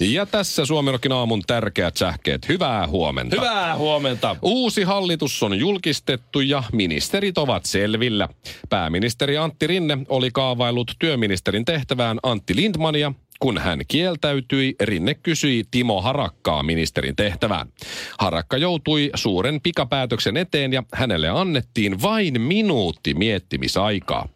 Ja tässä Suomirokin aamun tärkeät sähkeet. Hyvää huomenta. Hyvää huomenta. Uusi hallitus on julkistettu ja ministerit ovat selvillä. Pääministeri Antti Rinne oli kaavaillut työministerin tehtävään Antti Lindmania, kun hän kieltäytyi, Rinne kysyi Timo Harakkaa ministerin tehtävään. Harakka joutui suuren pikapäätöksen eteen ja hänelle annettiin vain minuutti miettimisaikaa.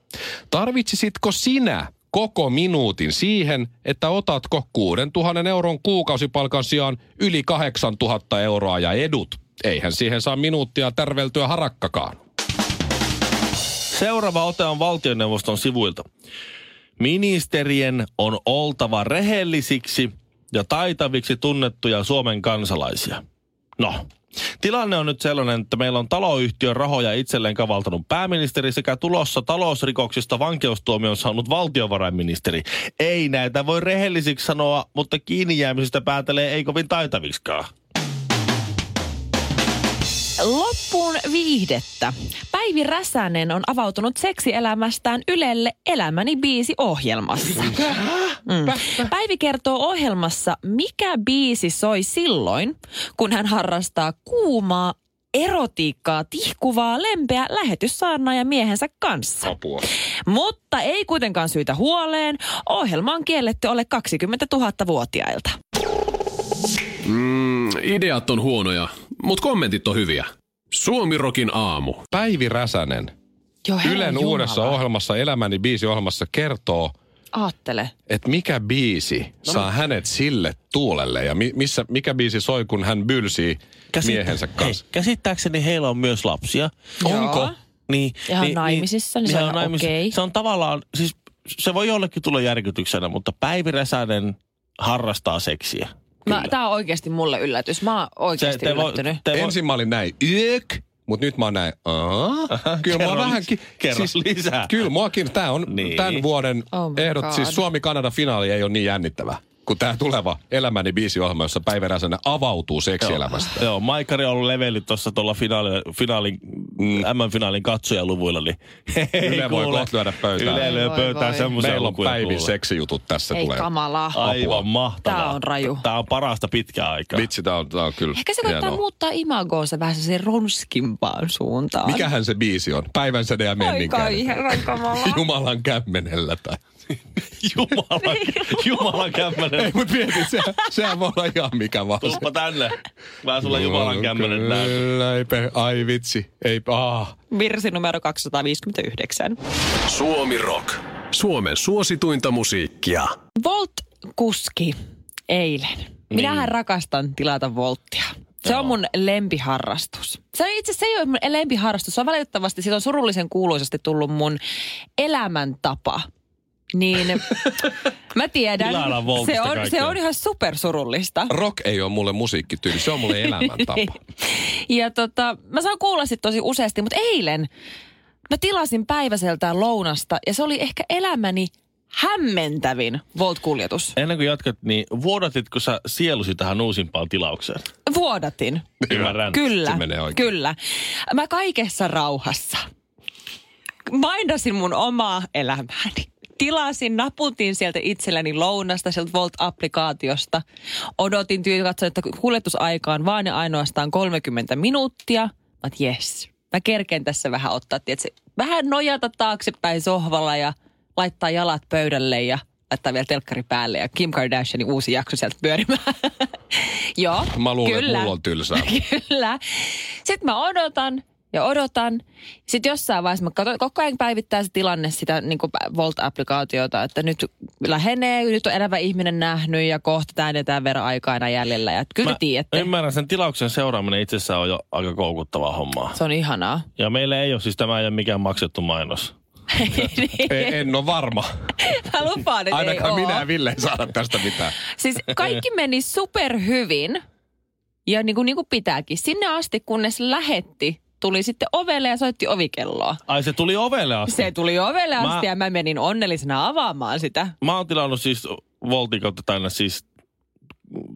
Tarvitsisitko sinä koko minuutin siihen, että otatko 6000 euron kuukausipalkan sijaan yli 8000 euroa ja edut? Eihän siihen saa minuuttia tärveltyä harakkakaan. Seuraava ote on valtioneuvoston sivuilta. Ministerien on oltava rehellisiksi ja taitaviksi tunnettuja Suomen kansalaisia. No, tilanne on nyt sellainen, että meillä on taloyhtiön rahoja itselleen kavaltanut pääministeri sekä tulossa talousrikoksista vankeustuomion saanut valtiovarainministeri. Ei näitä voi rehellisiksi sanoa, mutta kiinni jäämisestä päätelee ei kovin taitaviksikaan. Loppuun viihdettä. Päivi Räsänen on avautunut seksielämästään Ylelle Elämäni biisi ohjelmassa. Mm. Päivi kertoo ohjelmassa, mikä biisi soi silloin, kun hän harrastaa kuumaa erotiikkaa tihkuvaa lempeä lähetyssaarnaaja miehensä kanssa. Apua. Mutta ei kuitenkaan syytä huoleen. Ohjelma on kielletty alle 20 000 vuotiailta. Mm, ideat on huonoja, mutta kommentit on hyviä. Suomirokin aamu. Päivi Räsänen Jo, herra Ylen jumala. uudessa ohjelmassa, Elämäni biisi ohjelmassa kertoo, Aattele. että mikä biisi no, saa hänet sille tuulelle ja mi- missä, mikä biisi soi, kun hän bylsii miehensä kanssa. Hei, käsittääkseni heillä on myös lapsia. Joo. Niin, Ja hän on naimisissa, niin se hän on okei. Se on tavallaan, siis se voi jollekin tulla järkytyksenä, mutta Päivi Räsänen harrastaa seksiä. Mä, tää on oikeasti mulle yllätys. Mä oon oikeasti te voi- yllättynyt. te voi- Ensin mä olin näin, yök, mutta nyt mä oon näin, Aa, kyllä kerro mua lis- vähänkin. kerro lisää. siis Kyllä muakin, tää on Niin. niin. tämän vuoden Oh my ehdot, God. siis Suomi-Kanada-finaali ei ole niin jännittävä kuin tämä tuleva Elämäni biisiohjelma, jossa Päivi Räsänen avautuu seksielämästä. Joo, Maikari on ollut levellyt tuossa tuolla finaali, finaalin, mm. M-finaalin katsojaluvuilla, niin Yle voi kohta lyödä pöytään. Yle lyö Voi, pöytään voi. semmoisia Meillä on lukuja Päivin kuule. seksijutut tässä Ei tulee. kamalaa. Aivan mahtavaa. Tää on raju. Tää on parasta pitkää aikaa. Vitsi, tää on, tää on kyllä Ehkä se koittaa hienoa. muuttaa imagoonsa vähän sen ronskimpaan suuntaan. Mikähän se biisi on? Päivän säde ja Oi menninkään. kai, herran kamala. Jumalan kämmenellä tai... Jumala, Jumalan kämmenen. Ei, mut mieti, se, sehän voi olla ihan mikä vaan. Tulpa tänne. Mä sulle Jumalan kämmenen näytän. Kyllä, ei per... Ai vitsi, ei... Ah. Virsi numero 259. Suomi Rock. Suomen suosituinta musiikkia. Volt-kuski eilen. Niin. Minähän rakastan tilata volttia. Se on mun lempiharrastus. Se on itse asiassa- se ei ole mun lempiharrastus. Se on valitettavasti, siitä on surullisen kuuluisasti tullut mun elämäntapa. Niin mä tiedän, Tilaillaan Voltista se on, se kaikkea. on ihan supersurullista. Rock ei ole mulle musiikkityyli, se on mulle elämäntapa. Ja tota, mä saan kuulla sit tosi useasti, mutta eilen mä tilasin päiväseltään lounasta ja se oli ehkä elämäni hämmentävin Volt-kuljetus. Ennen kuin jatkat, niin vuodatitko sä sielusi tähän uusimpaan tilaukseen? Vuodatin. Ymmärrän. Kyllä, Se menee oikein. kyllä. Mä kaikessa rauhassa maindasin mun omaa elämääni. Tilasin, naputin sieltä itselleni lounasta, sieltä Volt-applikaatiosta. Odotin tyy, katsoin, että kuljetusaika on vaan ja ainoastaan 30 minuuttia. Mä oot, jes, mä kerken tässä vähän ottaa, tiedätkö, vähän nojata taaksepäin sohvalla ja laittaa jalat pöydälle ja laittaa vielä telkkari päälle ja Kim Kardashianin uusi jakso sieltä pyörimään. Joo, Mä luulen, kyllä. että mulla on tylsää. Kyllä. Sitten mä odotan ja odotan. Sitten jossain vaiheessa mä katsoin, koko ajan päivittää se tilanne sitä niin kuin Volt-applikaatiota, että nyt lähenee, nyt on elävä ihminen nähnyt ja kohta tämä edetään verran aikaa enää jäljellä. Ja kyllä te tiedätte, ymmärrän, sen tilauksen seuraaminen itsessään on jo aika koukuttavaa hommaa. se on ihanaa. Ja meillä ei ole siis, tämä ei ole mikään maksettu mainos. E- en ole varma. Niin, Mä lupaan, että Ainakaan ei minä oo. ja Ville ei saada tästä mitään. Siis kaikki meni superhyvin ja niin kuin, niin kuin pitääkin. Sinne asti, kunnes lähetti, tuli sitten ovelle ja soitti ovikelloa. Ai se tuli ovelle asti. Se tuli ovelle Mä- asti ja mä menin onnellisena avaamaan sitä. Mä oon tilannut siis Voltin kautta tänne siis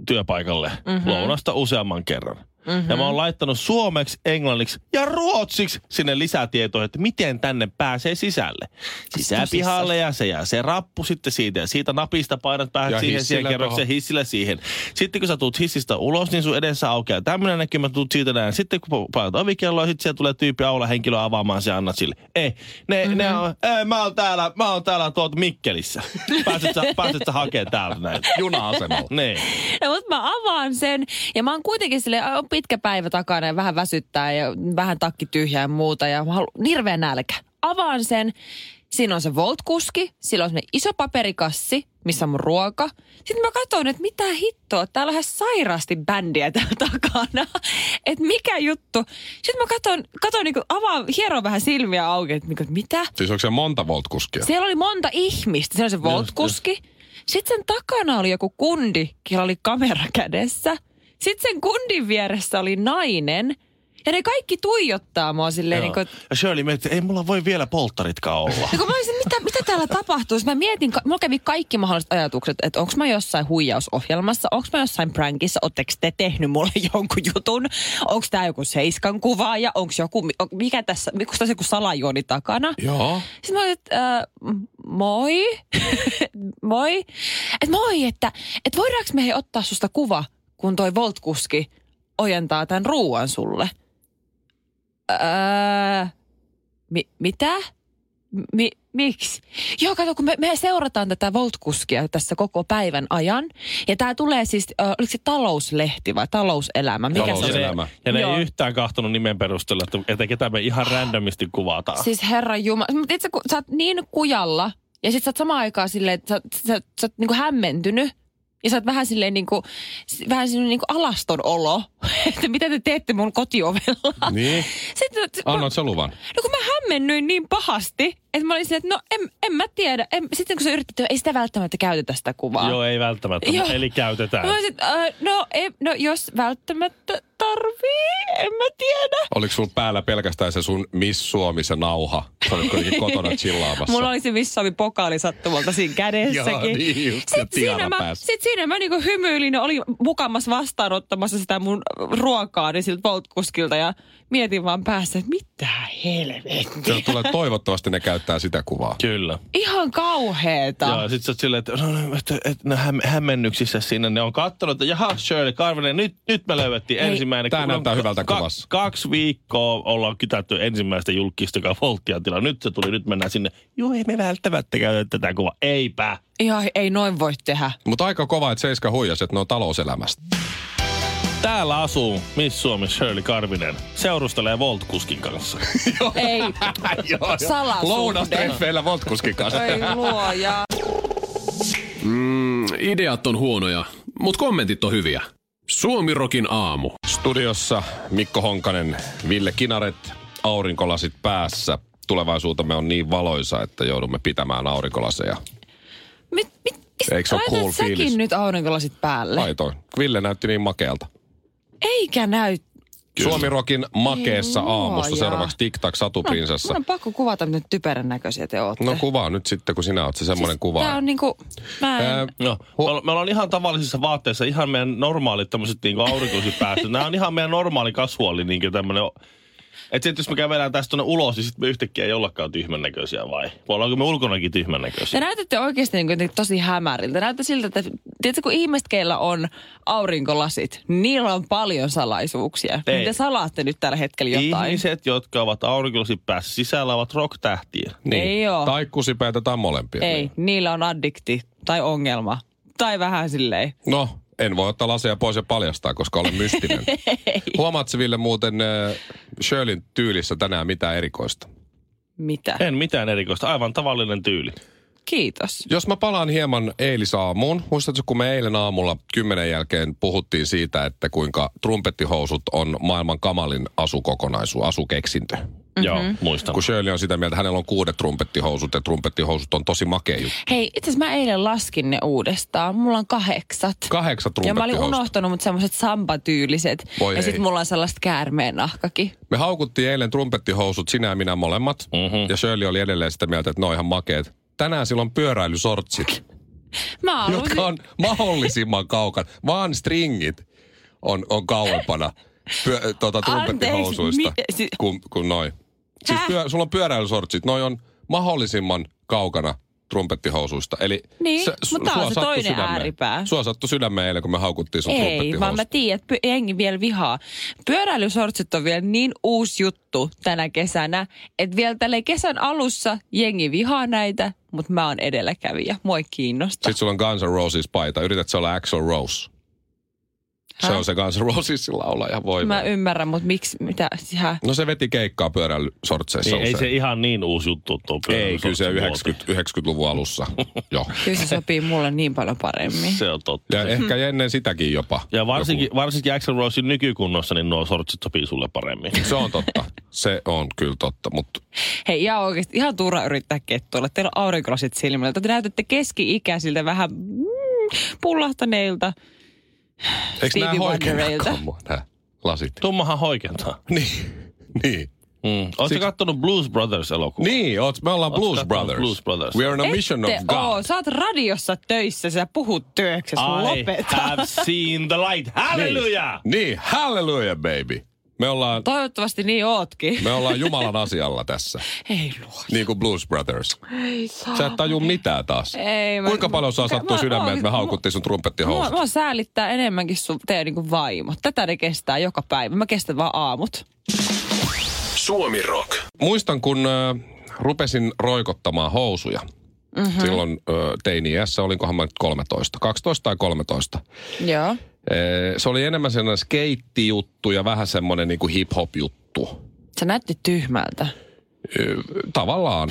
työpaikalle Mhm. mm-hmm. lounasta useamman kerran. Mm-hmm. Ja mä oon laittanut suomeksi, englanniksi ja ruotsiksi sinne lisätietoja, että miten tänne pääsee sisälle. Sisäpihalle ja se ja se rappu sitten siitä ja siitä napista painat päähän Ja siihen, siihen hissillä kerrokseen tohon. hissillä siihen. Sitten kun sä tuut hissistä ulos, niin sun edessä aukeaa tämmöinen näkymä, tuut siitä näin. Sitten kun painat ovikelloa, sitten siellä tulee tyyppi aula henkilö avaamaan se annat sille. Ei, ne, mm-hmm. ne on, ei, mä oon täällä, mä oon täällä tuolta Mikkelissä. Pääset sä, pääset sä hakemaan täältä näin. Juna-asemalla. Niin. No, mutta mä avaan sen ja mä oon kuitenkin sille on pitkä päivä takana ja vähän väsyttää ja vähän takki tyhjää ja muuta ja mä halu, hirveä nälkä. Avaan sen. Siinä on se Volt-kuski, sillä on semmoinen iso paperikassi, missä on mun ruoka. Sitten mä katsoin, että mitä hittoa, täällä on ihan sairaasti bändiä täällä takana. Että mikä juttu. Sitten mä katsoin, katsoin niin avaan, hieron vähän silmiä auki, että niinku, mitä? Siis onko se monta voltkuskia? Siellä oli monta ihmistä. Siellä oli se voltkuski. Sitten sen takana oli joku kundi, jolla oli kamera kädessä. Sitten sen kundin vieressä oli nainen. Ja ne kaikki tuijottaa mua silleen, niin kuin, Ja Shirley mietti, ei mulla voi vielä polttaritkaan olla. ja kun niinku mä olisin, mitä, mitä täällä tapahtuu? Sitten Mä mietin, ka- mulla kävi kaikki mahdolliset ajatukset, että onko mä jossain huijausohjelmassa, onko mä jossain prankissa, ootteko te tehnyt mulle jonkun jutun, onko tää joku seiskan kuvaaja, onko joku, mi- on- mikä tässä, onko tässä joku salajuoni takana? Joo. Sitten mä olin, että äh, moi, moi, että moi, että, että voidaanko me hei ottaa susta kuva, kun toi Volt-kuski ojentaa tämän ruuan sulle? Öö, mi- mitä? Mi- miksi? Joo, kato, kun me, me seurataan tätä Volt-kuskia tässä koko päivän ajan. Ja tämä tulee siis, ö, oliko se talouslehti vai talouselämä? Mikä se Ja on? ne, Elämä. ja ne Joo. ei yhtään kahtonut nimen perusteella, että, että ketä me ihan randomisti kuvataan. Siis herra jumala. Mutta itse kun sä oot niin kujalla ja sit sä oot samaan aikaan silleen, että sä, oot- sä, oot- sä oot niinku hämmentynyt. Ja sä oot vähän silleen niinku, s- vähän silleen niinku alaston olo, että mitä te teette mun kotiovella. Niin. Sitten, että mä, Annoit sä luvan? no kun mä hämmennyin niin pahasti, että mä olin silleen, että no en, en mä tiedä. En, sitten kun se yritti, että ei sitä välttämättä käytetä sitä kuvaa. Joo, ei välttämättä, Joo. eli käytetään. Mä olisin, että, äh, no, ei, no jos välttämättä tarvii, en mä tiedä. Oliko sulla päällä pelkästään se sun Miss Suomi, se nauha? Sä olit kuitenkin kotona chillaamassa. Mulla oli se Vissavi pokaali sattumalta siinä kädessäkin. Joo, niin just, ja sit, siinä tiara mä, päässä. sit siinä mä niinku hymyilin ja olin mukamas vastaanottamassa sitä mun ruokaani siltä voltkuskilta ja mietin vaan päässä, että mitä helvettiä. Se tulee, toivottavasti ne käyttää sitä kuvaa. Kyllä. Ihan kauheeta. Joo, ja sit sä oot silleen, että no, no, et, et, no häm, hämmennyksissä siinä ne on kattonut, että jaha Shirley Karvinen, nyt, nyt me löydettiin Hei. ensimmäinen. Tää kun- näyttää hyvältä kuvassa. Kaksi viikkoa ollaan kytätty ensimmäistä julkista, joka Volttia tilaa. Nyt se tuli, nyt mennään sinne. Joo, ei me välttämättä käytä tätä kuvaa. Eipä. Ihan ei noin voi tehdä. Mutta aika kova, että Seiska huijas, että ne on talouselämästä. Täällä asuu Miss Suomi Shirley Karvinen. Seurustelee Volt-kuskin kanssa. ei, Joo, Salasuhde. Lounastreffeillä votkuskin kanssa. ei luoja. Mm, ideat on huonoja, mutta kommentit on hyviä. Suomirokin aamu. Studiossa Mikko Honkanen, Ville Kinaret, aurinkolasit päässä. Tulevaisuutemme on niin valoisa, että joudumme pitämään aurinkolaseja. Mit, mit, Eikö se ole laitat cool säkin fiilis? nyt aurinkolasit päälle? Laitoin. Ville näytti niin makealta. Eikä näy. Suomi Rokin makeessa Ei No, aamusta. luoja. Seuraavaksi TikTak Mun on- Satuprinsessa. Mun on pakko kuvata, miten typerän näköisiä te ootte. No kuvaa nyt sitten, kun sinä oot se semmoinen siis kuva. Tää on niinku, mä en... Ää, No, me olla- me ollaan ihan tavallisissa vaatteissa, ihan meidän normaalit tämmöiset niinku aurinkoiset päästöt. Nämä on ihan meidän normaali kasvuoli niinku tämmönen. Että sit jos me kävelään tästä tuonne ulos, niin sit me yhtäkkiä ei ollakaan tyhmän näköisiä vai? Vai ollaanko me ulkonakin tyhmän Te näköisiä? näytätte oikeasti niin kuin tosi hämäriltä. Näyttää siltä, että tiedätkö, kun ihmiset, keillä on aurinkolasit, niillä on paljon salaisuuksia. Ei. Ei. Te salaatte nyt tällä hetkellä jotain. Ihmiset, jotka ovat aurinkolasit päässä sisällä, ovat rock-tähtiä. niin. Ei oo. Tai kusipäitä tai molempia. Niin. Ei, niillä on addikti tai ongelma. Tai vähän silleen. No, en voi ottaa laseja pois ja paljastaa, koska olen mystinen. Huomaatko Ville muuten äh, Shirleyn tyylissä tänään mitään erikoista? Mitä? En mitään erikoista, aivan tavallinen tyyli. Kiitos. Jos mä palaan hieman eilisaamuun, muistatko kun me eilen aamulla kymmenen jälkeen puhuttiin siitä, että kuinka trumpettihousut on maailman kamalin asukokonaisu, asukeksintö. Mm-hmm. Joo, muistan. Kun Shirley on sitä mieltä, hänellä on kuudet trumpettihousut ja trumpettihousut on tosi makea juttu. Hei, itse asiassa mä eilen laskin ne uudestaan. Mulla on kahdeksat. Kahdeksan ja mä olin trumpettihousut. unohtanut, mutta semmoiset sambatyyliset. Voi ja ei. sit mulla on sellaista käärmeen nahkakin. Me haukuttiin eilen trumpettihousut, sinä ja minä molemmat. Mhm. Mm-hmm. Ja Shirley oli edelleen sitä mieltä, että ne on ihan makeet. Tänään sillä on pyöräilysortsit, Mä halusin- jotka on mahdollisimman kaukana. Vaan stringit on, on kauempana pyö, äh, tuota, Anteeksi, trumpettihousuista mitä si- Äh. kuin, kuin noin. Siis Häh? pyö, sulla on pyöräilysortsit, noi on mahdollisimman kaukana trumpettihousuista. Eli Niin, su- mutta tää on sua se sattui toinen sydämeen. ääripää. Sua sattui sydämeen eilen, kun me haukuttiin sun Ei, vaan mä trumpettihousut. tiedän, että py- jengi vielä vihaa. Pyöräilysortsit on vielä niin uusi juttu tänä kesänä, että vielä tälle kesän alussa jengi vihaa näitä, mutta mä oon edelläkävijä. Mua ei kiinnosta. Sitten sulla on Guns N' Roses paita. Yrität sä olla Axl Rose. Se Häh? on se Guns N' Rosesin laulaja voi. Mä voi. ymmärrän, mutta miksi, mitä, hä? No se veti keikkaa pyöräilysortseissa Niin, ei usein. se ihan niin uusi juttu tuo ei, kyllä se pyöräilysortsin 90, 90-luvun alussa. Joo. Kyllä se sopii mulle niin paljon muoto. paremmin. Se on totta. Ja ehkä ennen sitäkin jopa. Ja varsinkin, varsinkin Axel Rosein nykykunnossa, niin nuo sortsit sopii sulle paremmin. Joku. Se on totta. Se on kyllä totta, mutta Hei, ihan oikeasti, ihan turha yrittää kettuilla. Teillä on aurinkolasit silmillä. Te näytätte keski-ikäisiltä vähän mm, pullahtaneilta. eikö nämä Stevie hoikennaakaan Wonderilta. mua, nämä lasit? Tummahan hoikentaa. Niin, niin. Mm. Oletko Siksi... kattonut Blues Brothers-elokuvaa? Niin, oot, me ollaan Oot Blues kattonut Brothers. Blues Brothers? We are on a mission of Ette God. oo, sä oot radiossa töissä, sä puhut työksessä, I lopeta. have seen the light. Hallelujah! Niin, hallelujah baby. Me ollaan, Toivottavasti niin ootkin. me ollaan Jumalan asialla tässä. Ei luo. Niin kuin Blues Brothers. Sä et taju mitään taas. Ei, mä- Kuinka paljon saa Mä- sattua mä- sydämeen, että me mä- haukuttiin sun Mua, trumpettihousut? mua säälittää enemmänkin sun teidän niinku vaimot. Tätä ne kestää joka päivä. Mä kestän vaan aamut. Suomi Rock. Muistan, kun ö, rupesin roikottamaan housuja. Mhm. Mm-hmm. Silloin ö, teini-iässä, olinkohan mä nyt 13, 12 tai 13. Joo. Ee, se oli enemmän sellainen skeittijuttu ja vähän semmoinen niin kuin hip-hop-juttu. Sä näytti tyhmältä. Ö, Tavallaan.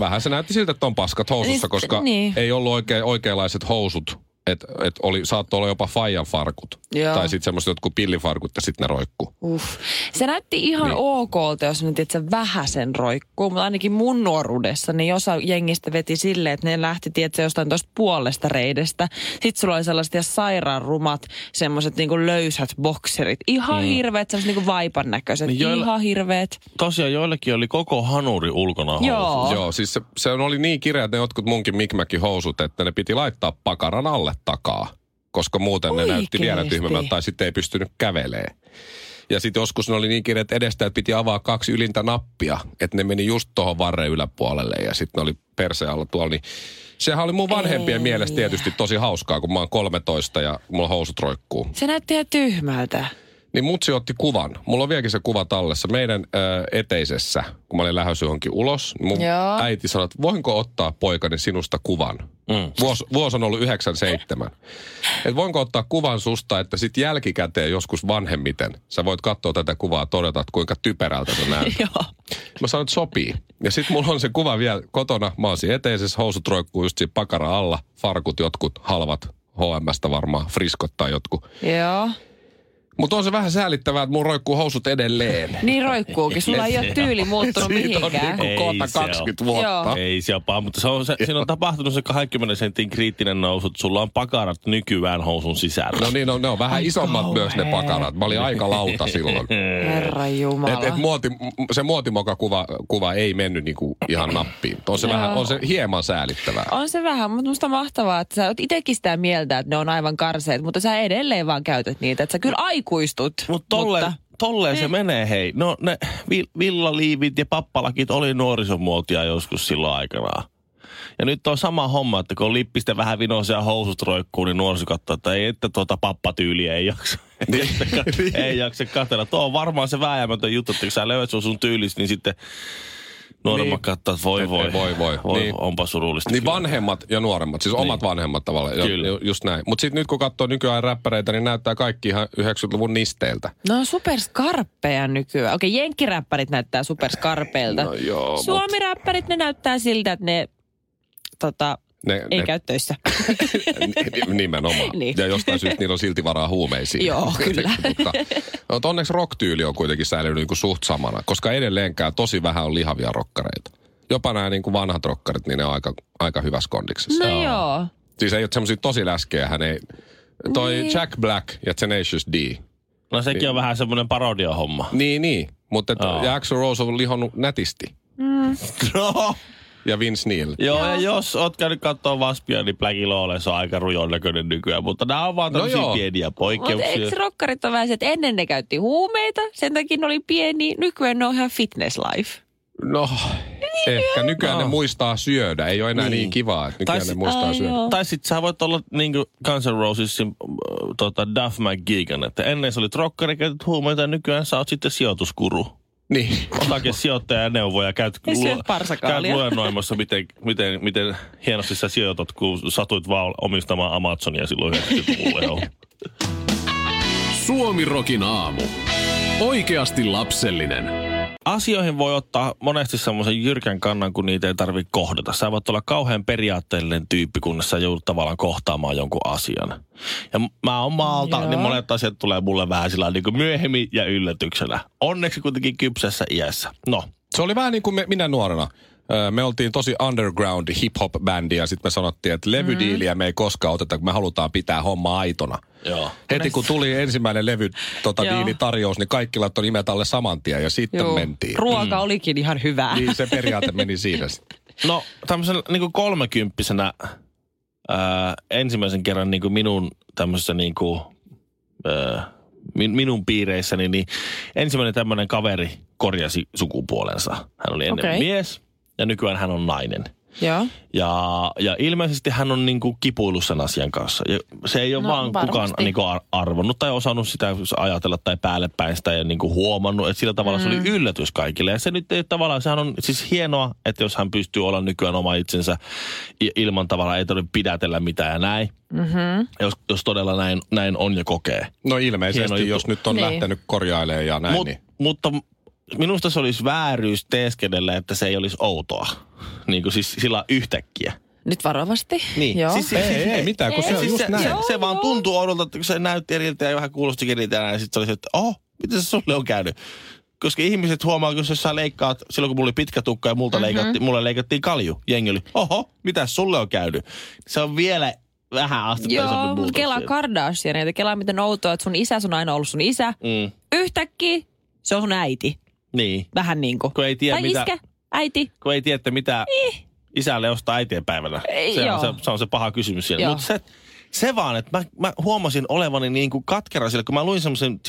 Vähän se näytti siltä, että on paskat housussa, Niin, koska niin. ei ollut oikein, oikeanlaiset housut. Et, et oli, saattoi olla jopa faijan farkut. Joo. Tai sitten semmoiset jotkut pillifarkut ja sitten ne roikkuu. Uff. Se näytti ihan Niin. niin. okolta, jos nyt tiedätkö, vähäsen roikkuu, mutta ainakin mun nuoruudessa, niin osa jengistä veti silleen, että ne lähti, tiedätkö, jostain tuosta puolesta reidestä. Sitten sulla oli sellaiset ihan sairaan rumat, semmoiset niinku löysät bokserit. Ihan mm. hirveet, semmoiset niinku vaipan näköiset. Niin Niin joilla- Ihan hirveet. Tosiaan joillekin oli koko hanuri ulkona housuissa. Joo. Joo, siis se, se oli niin kireät ne jotkut munkin mikmäkin housut, että ne piti laittaa pakaran alle takaa, koska muuten ne näytti Oikeesti? vielä tyhmemmältä tai sitten ei pystynyt kävelee. Ja sitten joskus ne oli niin kireät edestä, että piti avaa kaksi ylintä nappia, että ne meni just tuohon varren yläpuolelle ja sitten ne oli perseen alla tuolla. Niin sehän oli mun vanhempien Ei. mielestä tietysti tosi hauskaa, kun mä oon 13 ja mulla housut roikkuu Se näytti ihan tyhmältä. niin mutsi otti kuvan. Mulla on vieläkin se kuva tallessa meidän ö, eteisessä, kun mä olin lähes johonkin ulos. niin Mun Joo. äiti sanoi, että voinko ottaa poikani sinusta kuvan. Mm. Vuosi, vuosi on ollut 97. Et voinko ottaa kuvan susta, että sit jälkikäteen joskus vanhemmiten sä voit katsoa tätä kuvaa ja todeta, että kuinka typerältä se näyttää. Joo. Mä sanoin, että sopii. Ja sit mulla on se kuva vielä kotona. Mä oon siinä eteisessä, housut roikkuu just siinä pakara alla, farkut jotkut halvat, HMstä varmaan, friskot tai jotkut. Joo. Mutta on se vähän säälittävää, että mun roikkuu housut edelleen. Niin roikkuukin. Sulla ei ole tyyli muuttunut Siitä on mihinkään. niinku Ei kohta se 20 oo. vuotta. Joo. Ei siellä paha, mutta se on, se, siinä on tapahtunut se 20 sentin kriittinen nousu, että sulla on pakarat nykyään housun sisällä. No niin, no, ne on vähän Ai isommat kauhea. myös ne pakarat. Mä olin aika lauta silloin. Herra Jumala. Et, et muoti, m- se muotimokakuva kuva ei mennyt niinku ihan nappiin. On se, Joo. vähän, on se hieman säälittävää. On se vähän, mutta musta mahtavaa, että sä oot itekin sitä mieltä, että ne on aivan karseet, mutta sä edelleen vaan käytät niitä, että sä kyllä aikuistut. Mut tolle, mutta tolleen se menee, hei. No ne vi- villaliivit ja pappalakit oli nuorisomuotia joskus silloin aikanaan. Ja nyt on sama homma, että kun on lippistä vähän vinoisia housut roikkuu, niin nuoriso katsoo, että ei, että tuota pappatyyliä ei jaksa. Ei jaksa kat- ei jaksa katella. Tuo on varmaan se vääjäämätön juttu, että kun sä löydät sun, sun tyylis, niin sitten nuoremmat niin. katsoo, että voi Et- voi. et voi voi. voi Niin. niin. Onpa surullista. Niin kyllä. vanhemmat ja nuoremmat, siis omat Niin. vanhemmat tavallaan. Ja, Kyllä. ju- just näin. Mutta sitten nyt kun katsoo nykyään räppäreitä, niin näyttää kaikki ihan 90-luvun nisteiltä. No on superskarppeja nykyään. Okei, jenkkiräppärit näyttää superskarpeilta. No joo, mut- Suomiräppärit, ne näyttää siltä, että ne tota, Ne, Ei ne, käy töissä. N- Nimenomaan. Niin. Ja jostain syystä niillä on silti varaa huumeisiin. Joo, kyllä. Mutta, mutta onneksi rock-tyyli on kuitenkin säilynyt niin kuin suht samana, koska edelleenkään tosi vähän on lihavia rokkareita. Jopa nämä niin kuin vanhat rokkarit, niin ne on aika, aika hyvässä kondiksessa. No joo. Siis ei ole semmoisia tosi läskejä, hän ei... Toi Niin. Jack Black ja Tenacious D. No sekin on vähän semmoinen parodiahomma. Niin, niin. Mutta Joo. oh. ja Axl Rose on lihonnut nätisti. No. Ja Vince Neil. Joo, ja jos oot käynyt katsoa Vaspia, niin Blacky Lawless on aika rujon näköinen nykyään. Mutta nämä on vaan No tämmöisiä joo. pieniä Mutta poikkeuksia. eikö rokkarit on vähän se, että ennen ne käytti huumeita, sen takia ne oli pieni, nykyään ne on ihan fitness life. No, Niin ehkä nykyään No. no. ne muistaa syödä. Ei ole enää niin, Niin. niin kivaa, että nykyään Tai ne sit- muistaa Ai syödä. joo. Tai sit sä voit olla niinku Guns N' Rosesin äh, tota, Duff McGeegan, että ennen sä olit rockari, käytit huumeita ja nykyään sä oot sitten sijoituskuru. Niin. Otake sijoittaja neuvoja, käyt, Ei syö käyt parsakaalia. luennoimassa, miten, miten, miten hienosti sä sijoitat, kun satuit vaan omistamaan Amazonia silloin 90-luvulla. joo. Suomi Rokin aamu. Oikeasti lapsellinen. asioihin voi ottaa monesti semmoisen jyrkän kannan, kun niitä ei tarvitse kohdata. Sä voit olla kauhean periaatteellinen tyyppi, kunnes sä joudut tavallaan kohtaamaan jonkun asian. Ja m- mä oon maalta, Joo. niin monet asiat tulee mulle vähän sillä niin myöhemmin ja yllätyksenä. Onneksi kuitenkin kypsässä iässä. No, Se oli vähän niin kuin me, minä nuorena. Öö, Me oltiin tosi underground hip-hop-bändi ja sitten me sanottiin, että levydiiliä me ei koskaan oteta, kun me halutaan pitää homma aitona. joo. Heti kun tuli ensimmäinen levy, tota, Joo. diilitarjous, niin kaikki laittoi nimet alle saman tien ja sitten Juu. mentiin. Ruoka mm. olikin ihan hyvää. niin se periaate meni siinä. sitten. No, tämmöisenä niin kuin kolmekymppisenä ää, ensimmäisen kerran niin kuin minun tämmöisessä niin kuin, ää, min, minun piireissäni, niin ensimmäinen tämmöinen kaveri korjasi sukupuolensa. Hän oli ennen Okei. okay. mies ja nykyään hän on nainen. Joo. Ja, ja ilmeisesti hän on niin kuin kipuillut sen asian kanssa. Ja se ei ole No, no, vaan varmasti. kukaan niin kuin arvonnut tai osannut sitä ajatella tai päälle päin sitä ja niin kuin huomannut. Että sillä tavalla mm. se oli yllätys kaikille. Ja se nyt ei tavallaan, sehän on siis hienoa, että jos hän pystyy olla nykyään oma itsensä i- ilman tavalla, ei tarvitse pidätellä mitään ja näin. Mm-hmm. Jos, jos todella näin, näin on ja kokee. No Hieno ilmeisesti, juttu. jos nyt on Niin. niin. lähtenyt korjailemaan ja näin, Mut, niin Mutta minusta se olisi vääryys teeskennellä, että se ei olisi outoa. Niin kuin siis sillä yhtäkkiä. Nyt varovasti. Niin. Joo. Siis, Ei, ei, ei mitään, kun Ei, se on siis just se, näin. se, Joo, se vaan joo. tuntuu oudolta, että kun se näytti eriltä ja vähän kuulosti eriltä ja näin. Sitten se oli se, että oh, miten se sulle on käynyt? Koska ihmiset huomaa, kun jos sä leikkaat, silloin kun mulla oli pitkä tukka ja multa Mhm. mm-hmm. leikattiin, mulle leikattiin kalju, jengi oli, oho, mitä sulle on käynyt? Se on vielä vähän astetta isompi Joo, muutos mutta kelaa siinä. Kardashianeita, kelaa miten outoa, että sun isä on aina ollut sun isä. Mm, Yhtäkkiä se on sun äiti. niin, Vähän niin kuin. kun ei tiedä, Tai mitä, iskä, äiti. kun ei tiedä, että mitä isälle ostaa äitien päivänä. Niin. Ei, se, on se, joo. se, on se paha kysymys siellä. Joo. Mutta se, se vaan, että mä, mä huomasin olevani niin kuin katkera sille, kun mä luin semmoisen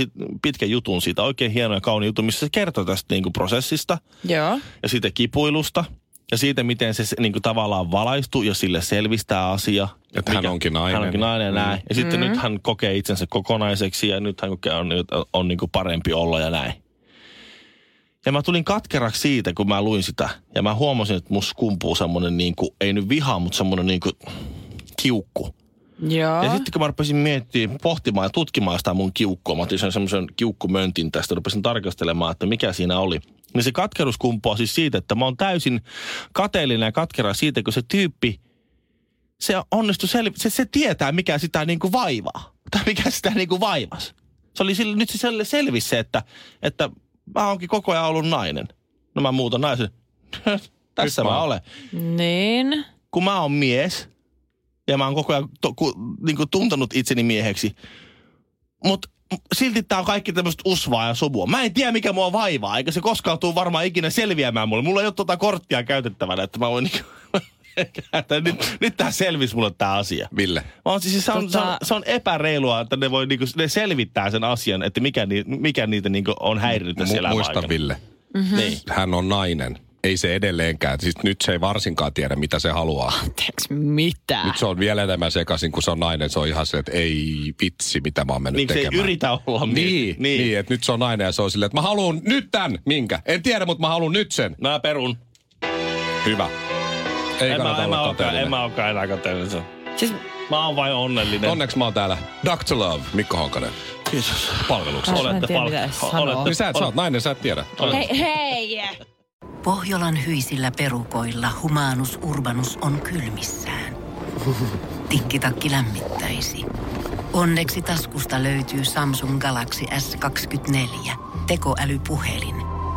pitkän jutun siitä, oikein hieno ja kauni jutun, missä se kertoi tästä niin kuin prosessista Joo. ja siitä kipuilusta ja siitä, miten se niin kuin tavallaan valaistui ja sille selvistää asia. Että hän onkin nainen. Mm. Hän onkin nainen ja näin. Ja sitten nyt hän kokee itsensä kokonaiseksi ja nyt hän kokee, on, on, on niin kuin parempi olla ja näin. Ja mä tulin katkeraksi siitä, kun mä luin sitä. Ja mä huomasin, että musta kumpuu semmonen niin kuin, ei nyt viha, mutta semmonen niin kuin kiukku. Joo. Ja sitten kun mä rupesin miettimään, pohtimaan ja tutkimaan sitä mun kiukkua, mä otin sen semmoisen kiukkumöntin tästä, rupesin tarkastelemaan, että mikä siinä oli. Niin se katkeruus kumpuaa siis siitä, että mä oon täysin kateellinen ja katkera siitä, kun se tyyppi, se onnistui selvi- se, se tietää, mikä sitä niinku vaivaa. Tai mikä sitä niinku vaivas. Se oli sille, nyt se sel- selvisi se, että, että mä oonkin koko ajan ollut nainen. No mä muutan naisen. Tässä Nyt mä mä oon. olen Niin. kun mä oon mies ja mä oon koko ajan to, ku, niin kuin tuntenut itseni mieheksi, mutta silti tää on kaikki tämmöistä usvaa ja sobua. Mä en tiedä, mikä mua vaivaa, eikä se koskaan tuu varmaan ikinä selviämään mulle. Mulla ei ole tota korttia käytettävänä, että mä voin niinku... että nyt, nyt tää selvisi mulle tää asia. Ville. Mä oon, siis se, on, se, on, Tota- se on epäreilua, että ne voi niinku, ne selvittää sen asian, että mikä, ni, mikä niitä niinku on häirinyt tässä Mu- elämän muista aikana. Ville, Mm-hmm. Niin. hän on nainen. Ei se edelleenkään. Siis nyt se ei varsinkaan tiedä, mitä se haluaa. Anteeksi, mitä? Nyt se on vielä enemmän sekaisin, kun se on nainen. Se on ihan se, että ei vitsi, mitä mä oon mennyt Niin se ei tekemään. yritä olla mies. Niin, niin. niin, että nyt se on nainen ja se on silleen, että mä haluan nyt tämän. Minkä? En tiedä, mutta mä haluan nyt sen. Mä perun. Hyvä. Ei en mä, kannata en mä olla olekaan, en kateellinen. mä olekaan enää kateellinen. Siis, Mä oon vain onnellinen. Onneksi mä oon täällä. Dr. Love, Mikko Honkanen. Kiitos. Palveluksessa. Ai, mä en Olette tiedä, palk- mitä edes sanoa. olette- Niin sä et, sä oot nainen, sä et tiedä. hei, hei! Pohjolan hyisillä perukoilla humanus urbanus on kylmissään. Tikkitakki lämmittäisi. Onneksi taskusta löytyy Samsung Galaxy S24. Tekoälypuhelin.